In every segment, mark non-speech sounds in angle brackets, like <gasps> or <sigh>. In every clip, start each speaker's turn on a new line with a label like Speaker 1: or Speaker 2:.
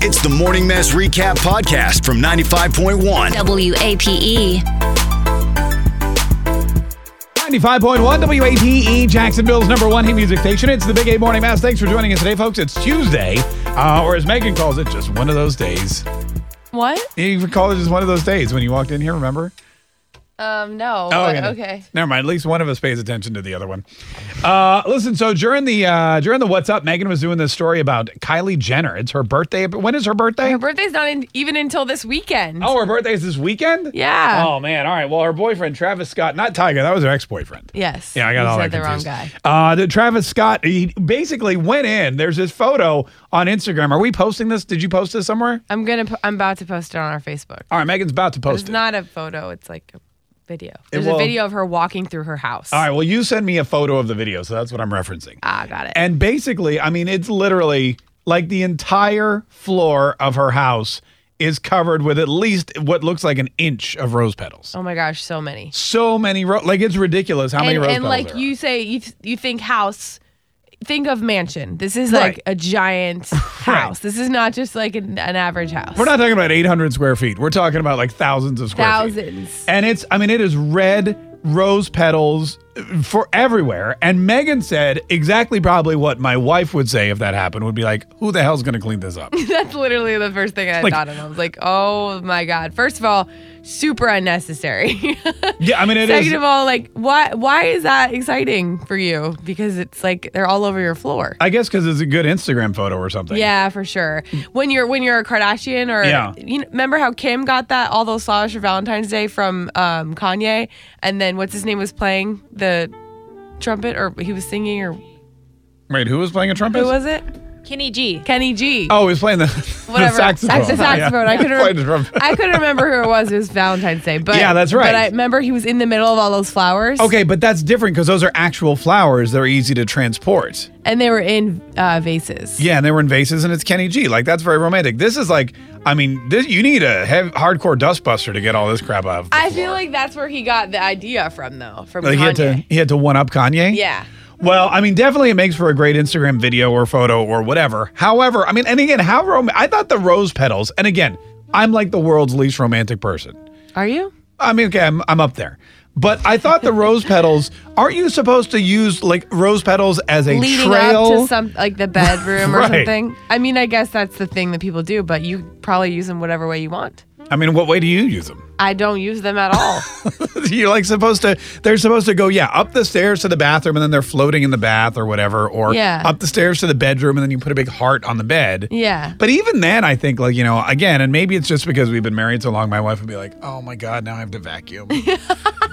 Speaker 1: It's the Morning Mess Recap Podcast from 95.1.
Speaker 2: E.
Speaker 3: WAPE.
Speaker 4: 95.1 WATE, E, Jacksonville's number one hit music station. It's the Big A Morning Mass. Thanks for joining us today, folks. It's Tuesday, uh, or as Megan calls it, just one of those days.
Speaker 5: What?
Speaker 4: You can call it just one of those days when you walked in here, remember? Oh,
Speaker 5: Um, no. What-
Speaker 4: yeah.
Speaker 5: okay.
Speaker 4: Never mind. At least one of us pays attention to the other one. Uh, listen, so during the uh, during the What's Up, Megan was doing this story about Kylie Jenner. It's her birthday. When is her birthday?
Speaker 5: Her birthday's not in, even until this weekend.
Speaker 4: oh, her birthday is this weekend?
Speaker 5: Yeah.
Speaker 4: Oh, man. All right. Well, her boyfriend, Travis Scott, not Tiger, that was her ex boyfriend.
Speaker 5: Yes.
Speaker 4: Yeah, I got
Speaker 5: you
Speaker 4: all
Speaker 5: said
Speaker 4: that
Speaker 5: the wrong
Speaker 4: confused.
Speaker 5: guy.
Speaker 4: Uh, the Travis Scott, he basically went in. There's his photo on Instagram. Are we posting this? Did you post this somewhere?
Speaker 5: I'm gonna. po- I'm about to post it on our Facebook.
Speaker 4: All right, Megan's about to post
Speaker 5: It's
Speaker 4: it.
Speaker 5: not a photo. It's like a video. There's
Speaker 4: will-
Speaker 5: a video of her walking through her house.
Speaker 4: all right, well, you send me a photo of the video, so that's what I'm referencing.
Speaker 5: Ah, got it.
Speaker 4: And basically, I mean, it's literally like the entire floor of her house is covered with at least what looks like an inch of rose petals.
Speaker 5: oh my gosh, so many.
Speaker 4: So many rose, like it's ridiculous how many
Speaker 5: and
Speaker 4: rose
Speaker 5: and
Speaker 4: petals.
Speaker 5: like
Speaker 4: there are.
Speaker 5: you say, you th- you think house. Think of mansion. This is
Speaker 4: Right.
Speaker 5: like
Speaker 4: <laughs>
Speaker 5: a giant house. This is not just like an, an average house.
Speaker 4: We're not talking about 800 square feet. We're talking about like thousands of square feet.
Speaker 5: thousands.
Speaker 4: And it's, I mean, it is red rose petals for everywhere. And Megan said exactly probably what my wife would say if that happened would be like, who the hell's going to clean this
Speaker 5: <laughs>
Speaker 4: up?
Speaker 5: That's literally the first thing I
Speaker 4: Like-
Speaker 5: thought of. I was like, oh my God. First of all, super unnecessary. <laughs>
Speaker 4: yeah, I mean, it is.
Speaker 5: Second of all, like, why, why is that exciting for you? Because it's like they're all over your floor.
Speaker 4: I guess because it's a good Instagram photo or something.
Speaker 5: yeah, for sure. When you're when you're a Kardashian or
Speaker 4: Yeah.
Speaker 5: you know, remember how Kim got that all those flowers for Valentine's Day from um, Kanye, and then what's his name was playing the trumpet or he was singing or who
Speaker 4: Wait, who was playing a trumpet?
Speaker 5: was it?
Speaker 2: Kenny G.
Speaker 5: Kenny G.
Speaker 4: Oh, he was playing the, <laughs>
Speaker 5: whatever.
Speaker 4: the saxophone.
Speaker 5: Sax- the
Speaker 4: <laughs>
Speaker 5: saxophone.
Speaker 4: Yeah.
Speaker 5: I couldn't.
Speaker 4: Playing the
Speaker 5: rem-
Speaker 4: trumpet.
Speaker 5: I couldn't remember who it was. It was Valentine's Day. But
Speaker 4: Yeah, that's right.
Speaker 5: But I remember he was in the middle of all those flowers.
Speaker 4: Okay, but that's different because those are actual flowers. They're easy to transport.
Speaker 5: And they were in uh, vases.
Speaker 4: Yeah, and they were in vases, and it's Kenny G. Like that's very romantic. This is like, I mean, this you need a heavy, hardcore dustbuster to get all this crap out. Of the
Speaker 5: I
Speaker 4: floor.
Speaker 5: feel like that's where he got the idea from, though. From
Speaker 4: Like, he had to
Speaker 5: Kanye.
Speaker 4: he had to one up Kanye.
Speaker 5: Yeah.
Speaker 4: Well, I mean, definitely it makes for a great Instagram video or photo or whatever. However, I mean, and again, how rom- I thought the rose petals. And again, I'm like the world's least romantic person.
Speaker 5: Are you?
Speaker 4: I mean, okay, I'm, I'm up there. But I thought the rose petals, aren't you supposed to use like rose petals as a
Speaker 5: Leading
Speaker 4: trail?
Speaker 5: up to some like the bedroom
Speaker 4: <laughs>
Speaker 5: or
Speaker 4: Right.
Speaker 5: something. I mean, I guess that's the thing that people do, but you probably use them whatever way you want.
Speaker 4: I mean, what way do you use them? <laughs>
Speaker 5: I don't use them at all.
Speaker 4: You're like supposed to, they're supposed to go, yeah, up the stairs to the bathroom and then they're floating in the bath or whatever, or
Speaker 5: Yeah.
Speaker 4: up the stairs to the bedroom and then you put a big heart on the bed.
Speaker 5: yeah.
Speaker 4: But even then, I think, like, you know, again, and maybe it's just because we've been married so long, my wife would be like, oh my God, now I have to
Speaker 5: <laughs>
Speaker 4: vacuum. <laughs>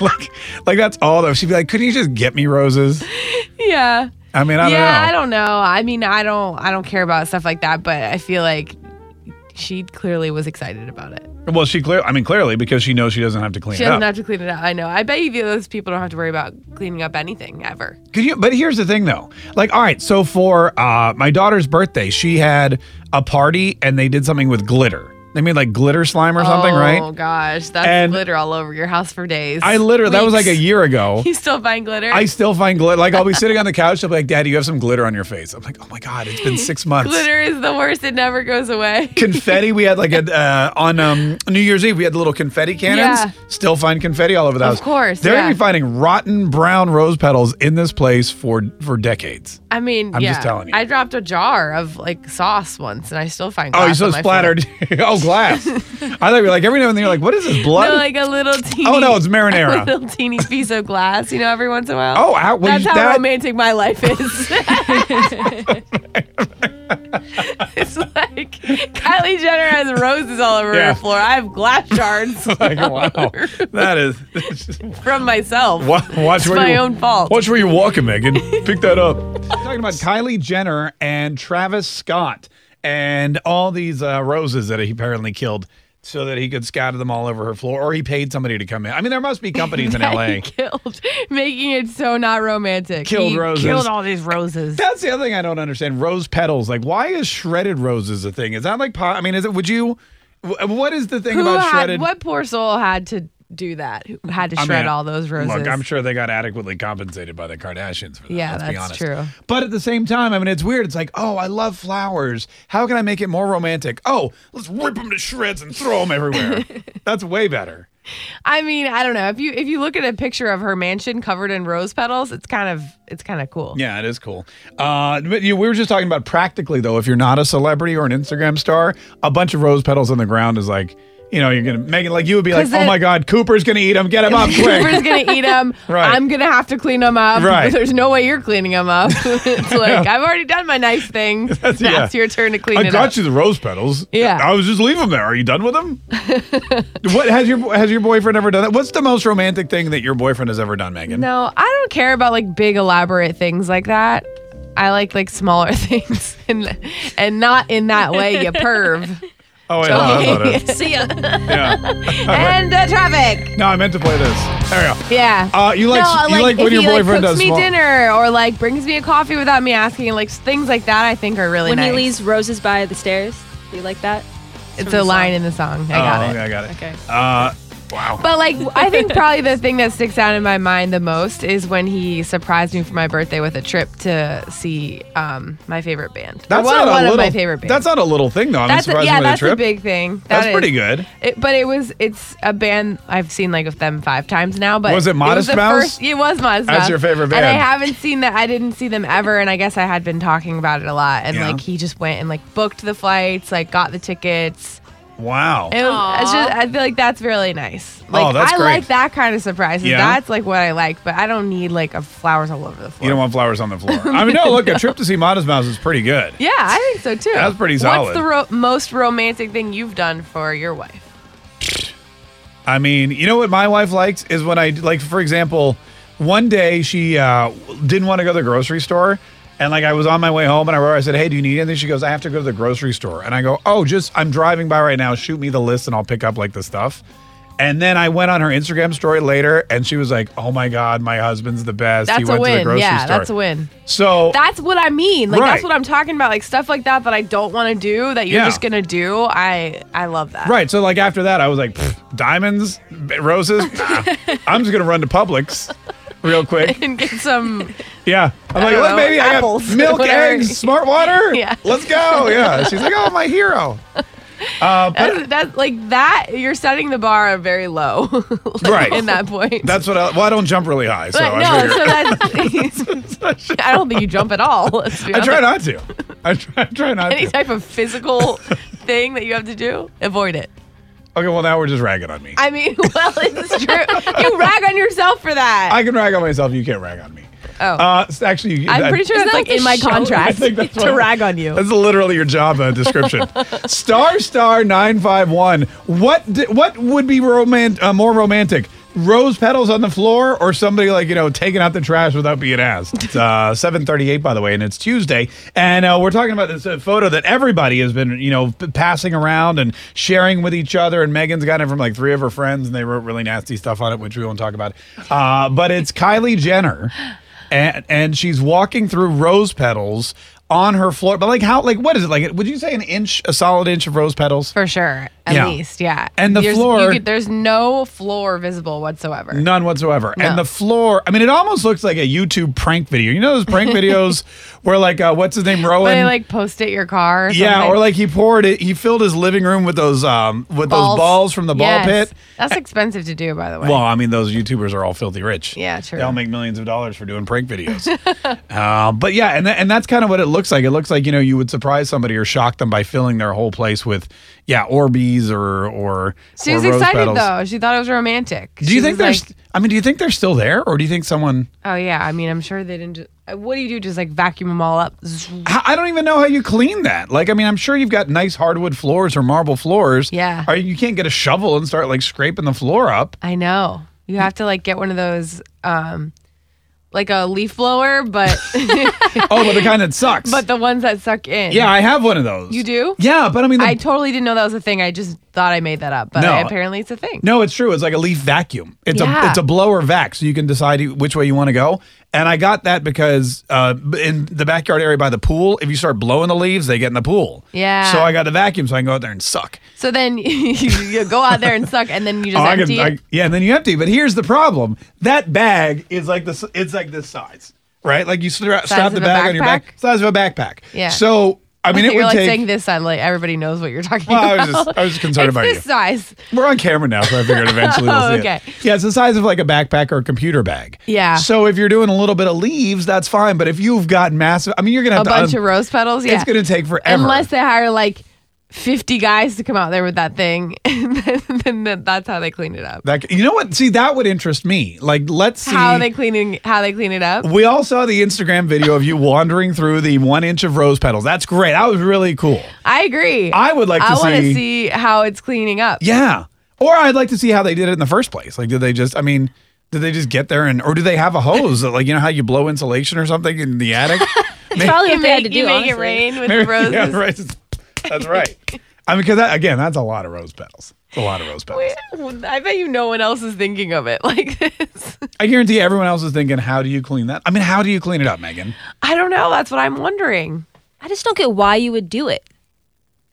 Speaker 4: like, like, that's all though. She'd be like, couldn't you just get me roses?
Speaker 5: Yeah.
Speaker 4: I mean, I
Speaker 5: yeah, I
Speaker 4: don't know.
Speaker 5: don't know. I mean, I don't I don't care about stuff like that, but I feel like she clearly was excited about it.
Speaker 4: well, she clear. I mean, clearly, because she knows she doesn't have to clean
Speaker 5: She
Speaker 4: it
Speaker 5: doesn't
Speaker 4: up.
Speaker 5: have to clean it up. I know. I bet you those people don't have to worry about cleaning up anything ever.
Speaker 4: Could you, but here's the thing though. Like, all right, so for uh, my daughter's birthday, she had a party and they did something with glitter. They made like glitter slime or something,
Speaker 5: Oh
Speaker 4: right?
Speaker 5: gosh, that's
Speaker 4: And-
Speaker 5: glitter all over your house for days.
Speaker 4: I literally, that was like a
Speaker 5: Weeks.
Speaker 4: year ago.
Speaker 5: <laughs> You still find glitter?
Speaker 4: I still find glitter. Like I'll be sitting on
Speaker 5: <laughs>
Speaker 4: the couch, I'll be like, Daddy, you have some glitter on your face. I'm like, oh my God, it's been six months.
Speaker 5: glitter is the worst. It never
Speaker 4: <laughs>
Speaker 5: goes away.
Speaker 4: Confetti, we had like a uh, on um, New Year's Eve, we had the little confetti cannons.
Speaker 5: Yeah.
Speaker 4: Still find confetti all over the
Speaker 5: Of
Speaker 4: house.
Speaker 5: course,
Speaker 4: they're gonna
Speaker 5: yeah.
Speaker 4: be finding rotten brown rose petals in this place for for decades.
Speaker 5: I mean,
Speaker 4: I'm
Speaker 5: yeah.
Speaker 4: just telling you.
Speaker 5: I dropped a jar of like sauce once, and I still find.
Speaker 4: Oh,
Speaker 5: glass
Speaker 4: you're so
Speaker 5: on my floor.
Speaker 4: splattered. <laughs> oh, glass. I thought you were like every now and then you're like, what
Speaker 5: <laughs>
Speaker 4: is this blood?
Speaker 5: No, like a little teeny.
Speaker 4: oh no,
Speaker 5: <laughs>
Speaker 4: it's
Speaker 5: a
Speaker 4: marinara.
Speaker 5: little teeny piece of glass, you know, every once in a while.
Speaker 4: Oh, how- well,
Speaker 5: that's
Speaker 4: you-
Speaker 5: how
Speaker 4: that-
Speaker 5: romantic my life
Speaker 4: <laughs>
Speaker 5: is. <laughs> it's like Kylie Jenner has roses all over
Speaker 4: Yeah.
Speaker 5: her floor. I have glass
Speaker 4: <laughs>
Speaker 5: shards
Speaker 4: <laughs> like
Speaker 5: <laughs>
Speaker 4: wow, that is. <laughs>
Speaker 5: from myself.
Speaker 4: Wa- Watch
Speaker 5: It's
Speaker 4: where
Speaker 5: my
Speaker 4: you,
Speaker 5: own fault.
Speaker 4: Watch <laughs> where you're walking, Megan. Pick that up. Talking about Kylie Jenner and Travis Scott. and all these uh, roses that he apparently killed so that he could scatter them all over her floor, or he paid somebody to come in. I mean, there must be companies
Speaker 5: <laughs>
Speaker 4: in
Speaker 5: <laughs> That
Speaker 4: LA.
Speaker 5: He killed, making it so not romantic.
Speaker 4: Killed
Speaker 5: He
Speaker 4: roses.
Speaker 5: Killed all these roses.
Speaker 4: That's the other thing I don't understand. Rose petals. Like, why is shredded roses a thing? Is that like pot? I mean, is it? Would you? wh- What is the thing
Speaker 5: Who
Speaker 4: about
Speaker 5: had,
Speaker 4: shredded?
Speaker 5: What poor soul had to do that? Who had to
Speaker 4: I
Speaker 5: shred
Speaker 4: mean,
Speaker 5: all those roses?
Speaker 4: Look, I'm sure they got adequately compensated by the Kardashians for that.
Speaker 5: Yeah,
Speaker 4: let's be
Speaker 5: that's
Speaker 4: honest.
Speaker 5: true.
Speaker 4: But at the same time, I mean, it's weird. It's like, oh, I love flowers. How can I make it more romantic? Oh, let's rip them to shreds and throw them
Speaker 5: <laughs>
Speaker 4: everywhere. that's way better.
Speaker 5: I mean, I don't know. If you if you look at a picture of her mansion covered in rose petals, it's kind of it's kind of cool.
Speaker 4: Yeah, it is cool. Uh, but you, we were just talking about practically though. If you're not a celebrity or an Instagram star, a bunch of rose petals on the ground is like, you know, you're gonna make it like you would be like,
Speaker 5: 'Cause
Speaker 4: oh
Speaker 5: it-
Speaker 4: my god, Cooper's gonna eat them. Get
Speaker 5: <laughs>
Speaker 4: him up quick.
Speaker 5: <laughs> Cooper's gonna eat them.
Speaker 4: <laughs> Right.
Speaker 5: I'm gonna have to clean them up.
Speaker 4: Right.
Speaker 5: <laughs> There's no way you're cleaning them up.
Speaker 4: <laughs>
Speaker 5: <laughs> it's like I've already done my nice thing. That's,
Speaker 4: yeah.
Speaker 5: your turn to clean
Speaker 4: I
Speaker 5: it
Speaker 4: got
Speaker 5: up.
Speaker 4: you the rose petals.
Speaker 5: Yeah.
Speaker 4: I was just leaving them there. Are you done with
Speaker 5: <laughs>
Speaker 4: them? what has your has your boyfriend ever done that? What's the most romantic thing that your boyfriend has ever done, Megan?
Speaker 5: No, I don't care about like big elaborate things like that. I like like smaller <laughs> things and and not in that way,
Speaker 4: <laughs>
Speaker 5: you perv.
Speaker 4: Oh wait, hold on, hold on.
Speaker 5: <laughs>
Speaker 3: See ya.
Speaker 4: yeah.
Speaker 5: and uh, traffic.
Speaker 4: No, I meant to play this. There we go.
Speaker 5: Yeah.
Speaker 4: Uh, you like-
Speaker 5: no,
Speaker 4: you like
Speaker 5: if
Speaker 4: when your
Speaker 5: he,
Speaker 4: boyfriend
Speaker 5: cooks
Speaker 4: does
Speaker 5: me
Speaker 4: small-
Speaker 5: dinner or like brings me a coffee without me asking, like things like that. I think are really
Speaker 3: when
Speaker 5: nice.
Speaker 3: he leaves roses by the stairs. Do you like that?
Speaker 5: it's
Speaker 3: from
Speaker 5: a
Speaker 3: the
Speaker 5: line
Speaker 3: song.
Speaker 5: in the song. I
Speaker 4: oh,
Speaker 5: got it.
Speaker 4: okay, I got it.
Speaker 3: Okay.
Speaker 4: Uh, wow.
Speaker 5: But like,
Speaker 4: <laughs>
Speaker 5: I think probably the thing that sticks out in my mind the most is when he surprised me for my birthday with a trip to see um, my favorite band. Or
Speaker 4: That's
Speaker 5: one,
Speaker 4: not a
Speaker 5: one
Speaker 4: little,
Speaker 5: of my favorite bands.
Speaker 4: That's not a little thing though. I'm
Speaker 5: That's a,
Speaker 4: surprised
Speaker 5: yeah,
Speaker 4: with
Speaker 5: that's
Speaker 4: the trip.
Speaker 5: a big thing. That
Speaker 4: That's
Speaker 5: is-
Speaker 4: pretty good.
Speaker 5: It, but it was it's a band I've seen like of them five times now. But
Speaker 4: Was it Modest
Speaker 5: the
Speaker 4: Mouse?
Speaker 5: first- it was Modest
Speaker 4: That's
Speaker 5: Mouse.
Speaker 4: your favorite
Speaker 5: And I
Speaker 4: band.
Speaker 5: haven't seen that. I didn't see them ever. And I guess I had been talking about it a lot. And
Speaker 4: Yeah.
Speaker 5: like he just went and like booked the flights, like got the tickets.
Speaker 4: Wow.
Speaker 5: It was, it's just, I feel like that's really nice. Like
Speaker 4: Oh, that's
Speaker 5: I
Speaker 4: great.
Speaker 5: like that kind of surprises.
Speaker 4: Yeah.
Speaker 5: That's like what I like, but I don't need like a flowers all over the floor.
Speaker 4: You don't want flowers on the floor. I mean, no, look, a trip to see Modest Mouse is pretty good.
Speaker 5: yeah, I think so too.
Speaker 4: That's pretty
Speaker 5: What's
Speaker 4: solid.
Speaker 5: the ro- most romantic thing you've done for your wife?
Speaker 4: I mean, you know what my wife likes is when I, like, for example, one day she uh, didn't want to go to the grocery store. And like I was on my way home and I wrote, her, I said, Hey, do you need anything? She goes, I have to go to the grocery store. And I go, Oh, just I'm driving by right now. Shoot me the list and I'll pick up like the stuff. And then I went on her Instagram story later and she was like, Oh my God, my husband's the best. he
Speaker 5: That's a
Speaker 4: went to the
Speaker 5: win.
Speaker 4: grocery
Speaker 5: Yeah,
Speaker 4: store.
Speaker 5: that's a win.
Speaker 4: So
Speaker 5: That's what I mean. Like
Speaker 4: Right.
Speaker 5: that's what I'm talking about. Like stuff like that that I don't want to do that you're
Speaker 4: Yeah.
Speaker 5: just gonna do. I I love that.
Speaker 4: Right. So like after that, I was like, "Pfft, diamonds, b-
Speaker 5: <laughs>
Speaker 4: roses. Nah. I'm just gonna run to Publix real quick.
Speaker 5: <laughs> And get some. <laughs>
Speaker 4: Yeah. I'm like,
Speaker 5: don't
Speaker 4: "Look,
Speaker 5: know,
Speaker 4: baby, I
Speaker 5: apples, <laughs>
Speaker 4: got milk,
Speaker 5: whatever."
Speaker 4: eggs, smart water.
Speaker 5: <laughs> Yeah.
Speaker 4: Let's go. Yeah. She's like, oh, my hero. Uh, but
Speaker 5: That's, that's like that. You're setting the bar very low. <laughs> like,
Speaker 4: Right.
Speaker 5: In that point.
Speaker 4: that's what. I, well, I don't jump really high, so
Speaker 5: But
Speaker 4: I,
Speaker 5: no,
Speaker 4: figure-
Speaker 5: <laughs> so that's. <laughs> I don't think you jump at all. <laughs> Let's
Speaker 4: <laughs>
Speaker 5: be
Speaker 4: I try
Speaker 5: honest.
Speaker 4: not to. I try, I try not
Speaker 5: Any
Speaker 4: to.
Speaker 5: type of physical
Speaker 4: <laughs>
Speaker 5: thing that you have to do, avoid it.
Speaker 4: Okay. Well, now we're just ragging on me.
Speaker 5: I mean, <laughs> well, it's true. You rag on yourself for that.
Speaker 4: I can rag on myself. You can't rag on me.
Speaker 5: oh,
Speaker 4: Uh, s- actually, you,
Speaker 5: I'm
Speaker 4: that-
Speaker 5: pretty sure
Speaker 3: Isn't
Speaker 5: that's
Speaker 3: that
Speaker 5: like
Speaker 3: what
Speaker 5: in
Speaker 3: the
Speaker 5: my
Speaker 3: show-
Speaker 4: I
Speaker 5: contract
Speaker 4: think that's
Speaker 5: <laughs> to
Speaker 4: what-
Speaker 5: rag on you.
Speaker 4: That's literally your job uh,
Speaker 5: <laughs>
Speaker 4: description. star star nine five one. What di- what would be romant- uh, more romantic? Rose petals on the floor, or somebody like you know taking out the trash without being asked. It's
Speaker 5: <laughs>
Speaker 4: uh, seven thirty eight, by the way, and it's Tuesday, and uh, we're talking about this uh, photo that everybody has been you know p- passing around and sharing with each other. And Megan's got it from like three of her friends, and they wrote really nasty stuff on it, which we won't talk about. Uh, but it's Kylie
Speaker 5: <gasps>
Speaker 4: Jenner <gasps> and and she's walking through rose petals on her floor. But like how like what is it like? Would you say an inch, a solid inch of rose petals?
Speaker 5: For sure, at
Speaker 4: Yeah.
Speaker 5: least, yeah.
Speaker 4: And the
Speaker 5: there's,
Speaker 4: floor-
Speaker 5: could- there's no floor visible whatsoever.
Speaker 4: None whatsoever.
Speaker 5: No.
Speaker 4: And the floor, I mean, it almost looks like a YouTube prank video. You know those
Speaker 5: <laughs>
Speaker 4: prank videos where like uh, what's his name,
Speaker 5: But
Speaker 4: Rowan?
Speaker 5: they like post it your car. Or
Speaker 4: yeah,
Speaker 5: something.
Speaker 4: or like he poured it. He filled his living room with those um with those balls from the ball
Speaker 5: Yes.
Speaker 4: pit.
Speaker 5: That's expensive to do, by the way.
Speaker 4: Well, I mean, those YouTubers are all filthy rich.
Speaker 5: Yeah, true.
Speaker 4: They all make millions of dollars for doing prank videos. <laughs> uh, but yeah, and tha- and that's kind of what it looks like. It looks like you know you would surprise somebody or shock them by filling their whole place with yeah Orbeez or or.
Speaker 5: she
Speaker 4: or
Speaker 5: was
Speaker 4: rose
Speaker 5: excited
Speaker 4: petals.
Speaker 5: though. She thought it was romantic.
Speaker 4: Do you think there's? I mean, do you think they're still there, or do you think someone?
Speaker 5: Oh yeah, I mean, I'm sure they didn't. Just, what do you do? Just like vacuum them all up?
Speaker 4: I I don't even know how you clean that. Like, I mean, I'm sure you've got nice hardwood floors or marble floors.
Speaker 5: Yeah.
Speaker 4: Or you can't get a shovel and start like scraping the floor up.
Speaker 5: I know. You have to like get one of those, um, like a leaf blower,
Speaker 4: <laughs>
Speaker 5: but <laughs>
Speaker 4: Oh, but the kind that sucks.
Speaker 5: but the ones that suck in.
Speaker 4: yeah, I have one of those.
Speaker 5: You do?
Speaker 4: Yeah, but I mean, the,
Speaker 5: I totally didn't know that was a thing. I just thought I made that up, but
Speaker 4: No.
Speaker 5: apparently it's a thing.
Speaker 4: No, it's true. It's like a leaf vacuum. It's a
Speaker 5: Yeah.
Speaker 4: it's a blower vac, so you can decide which way you want to go. And I got that because uh, in the backyard area by the pool, if you start blowing the leaves, they get in the pool.
Speaker 5: Yeah.
Speaker 4: So I got the vacuum, so I can go out there and suck.
Speaker 5: So then <laughs> you, you go out there and suck, and then you just
Speaker 4: Oh, I
Speaker 5: empty
Speaker 4: can, I-
Speaker 5: it.
Speaker 4: yeah, and then you empty. But here's the problem: that bag is like this. It's like this size, right? Like you stra- strap
Speaker 5: of
Speaker 4: the
Speaker 5: a
Speaker 4: bag on your back,
Speaker 5: backpack?
Speaker 4: size of a backpack.
Speaker 5: Yeah.
Speaker 4: So I mean, it
Speaker 5: You're
Speaker 4: would
Speaker 5: like
Speaker 4: take.
Speaker 5: saying this sound like everybody knows what you're talking
Speaker 4: Well, I
Speaker 5: about.
Speaker 4: was just- I was just concerned
Speaker 5: It's
Speaker 4: about
Speaker 5: this
Speaker 4: you.
Speaker 5: size.
Speaker 4: We're on camera now, so I
Speaker 5: <laughs>
Speaker 4: figured eventually we'll
Speaker 5: Oh,
Speaker 4: see
Speaker 5: okay.
Speaker 4: it. Yeah, it's the size of like a backpack or a computer bag.
Speaker 5: Yeah.
Speaker 4: So if you're doing a little bit of leaves, that's fine. But if you've got massive, I mean, you're gonna
Speaker 5: A
Speaker 4: have to
Speaker 5: bunch
Speaker 4: un-
Speaker 5: of rose petals. Yeah.
Speaker 4: It's gonna take forever.
Speaker 5: Unless they hire like 50 guys to come out there with that thing, <laughs> and then, then that- that's how they clean it up.
Speaker 4: that, you know what? See, that would interest me. Like, let's see.
Speaker 5: How they cleaning? How they clean it up?
Speaker 4: we all saw the Instagram video of you wandering through the one inch of rose petals. That's great. That was really cool.
Speaker 5: I agree.
Speaker 4: I would like to
Speaker 5: I want
Speaker 4: see-
Speaker 5: to see how it's cleaning up.
Speaker 4: Yeah. Or I'd like to see how they did it in the first place. Like, did they just? I mean, did they just get there and, or do they have a hose? that, like, you know how you blow insulation or something in the attic? Maybe-
Speaker 3: Probably
Speaker 5: You make,
Speaker 3: what they had to
Speaker 5: you
Speaker 3: do.
Speaker 5: make it
Speaker 3: honestly.
Speaker 5: rain with
Speaker 4: Maybe- <laughs>
Speaker 5: roses.
Speaker 4: yeah, right. That's right. I mean, because that, again, that's a lot of rose petals. It's a lot of rose petals.
Speaker 5: I bet you no one else is thinking of it <laughs> like this.
Speaker 4: I guarantee everyone else is thinking, how do you clean that? I mean, how do you clean it up, Megan?
Speaker 5: I don't know. That's what I'm wondering.
Speaker 3: I just don't get why you would do it.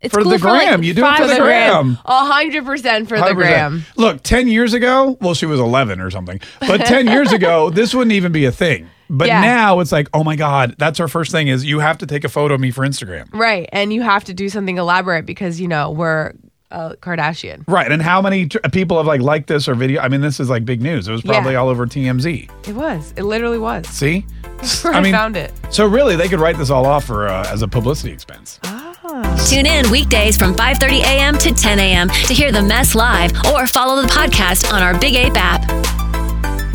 Speaker 3: It's
Speaker 4: For
Speaker 3: cool
Speaker 4: the
Speaker 3: for like,
Speaker 4: gram, you do it
Speaker 3: five
Speaker 4: for the
Speaker 3: minutes.
Speaker 4: gram.
Speaker 5: A hundred percent for the
Speaker 4: 100%.
Speaker 5: gram.
Speaker 4: Look, 10 years ago, well, she was 11 or something, but
Speaker 5: <laughs>
Speaker 4: 10 years ago, this wouldn't even be a thing. But
Speaker 5: Yeah.
Speaker 4: now it's like, oh my God, that's our first thing is you have to take a photo of me for Instagram.
Speaker 5: Right. And you have to do something elaborate because, you know, we're a Kardashian.
Speaker 4: Right. And how many tr- people have like liked this or video? I mean, this is like big news. It was probably
Speaker 5: Yeah.
Speaker 4: all over TMZ.
Speaker 5: It was. It literally was.
Speaker 4: See?
Speaker 5: where <laughs> I found it.
Speaker 4: So really, they could write this all off for uh, as a publicity expense.
Speaker 2: Tune in weekdays from 5:30 a.m. to 10 a.m. to hear the mess live or follow the podcast on our Big Ape app.